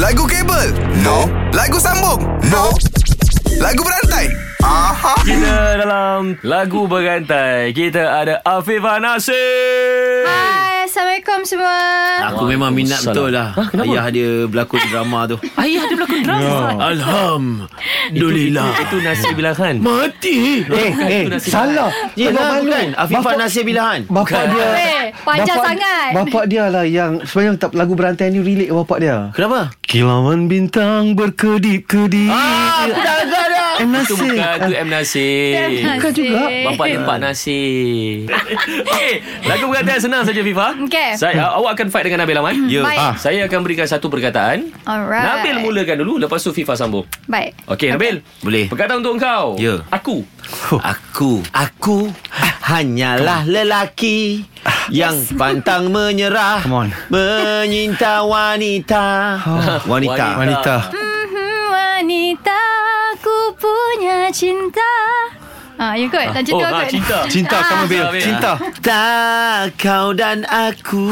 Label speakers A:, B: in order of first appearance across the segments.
A: Lagu kabel? No. Lagu sambung? No. Lagu berantai? Aha.
B: Kita dalam lagu berantai Kita ada Afifah Nasir
C: Hai, Assalamualaikum semua.
D: Aku memang minat betul lah ha, Ayah dia berlakon drama tu Ya.
B: Ayah ada berlakon drama
D: Alhamdulillah
B: Itu Nasir kan? Bilahan
D: Mati
E: Eh, eh,
B: tu nasib
E: salah.
D: Yelah
E: malu.
D: bukan Afifah
E: Bapak-
D: Nasir Bilahan
E: Bapak dia.
C: Weh, Eh, panjang sangat.
E: Bapak dia lah yang sebenarnya tak lagu berantai ni relate ke bapak dia.
D: Kenapa?
E: Kilauan bintang berkedip-kedip.
D: Ah, aku dah agak dah
E: M.
B: Itu
E: Nasir.
B: bukan Itu M. Nasir
C: Bukan
E: juga.
B: Bapak dia Pak Nasir okay, Lagu berantai senang saja Fifa
C: Okey.
B: Saya Awak akan fight dengan Nabil Ahmad
D: Ya.
C: Baik.
D: Ah.
B: Saya akan berikan satu perkataan
C: Alright.
B: Nabil mulakan dulu Lepas tu Fifa sambung
C: Baik.
B: Okey Nabil
D: Boleh.
B: Perkataan untuk engkau
D: Ya.
B: Aku
D: Aku Aku Hanyalah lelaki Yang pantang menyerah
E: Come on.
D: Menyinta wanita Ha. Wanita
B: Wanita.
C: Hmm, wanita ku punya cinta. Ah, you good. Tak
B: Oh
C: cinta oh,
B: ha,
C: good.
B: cinta
E: Cinta
C: Ah.
E: kamu Bil.
B: Nabil.
E: Cinta.
D: Tak kau dan aku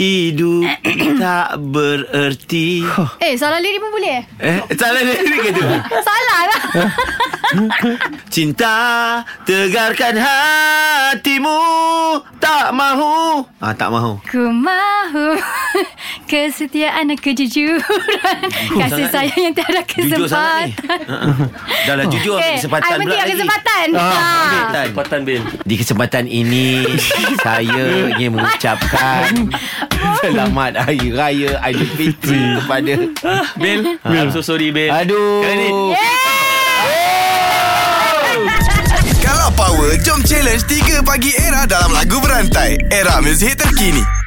D: Hidup tak bererti
C: Eh, salah lirik pun boleh. eh?
D: Eh, salah lirik ke tu?
C: salah lah.
D: Cinta tegarkan hatimu Tak mahu Ah, tak mahu
C: Ku mahu kesetiaan dan kejujuran. Kasih
D: sangat
C: sayang yang tiada
D: Jujur sangat ni
C: kesempatan.
D: Ha-ha. Dah lah jujur ambil
C: Eh, I
D: kesempatan
C: penting
D: pula
C: ada
D: lagi.
C: kesempatan.
D: Ah,
C: Ah.
D: Kesempatan
B: Tempatan Bil
D: Di kesempatan ini Saya ingin mengucapkan Selamat Hari Raya Aidilfitri Kepada
B: Bil I'm so sorry Bil
D: Aduh
B: Kali ni.
A: Kalau power, jom challenge 3 pagi era dalam lagu berantai. Era muzik terkini.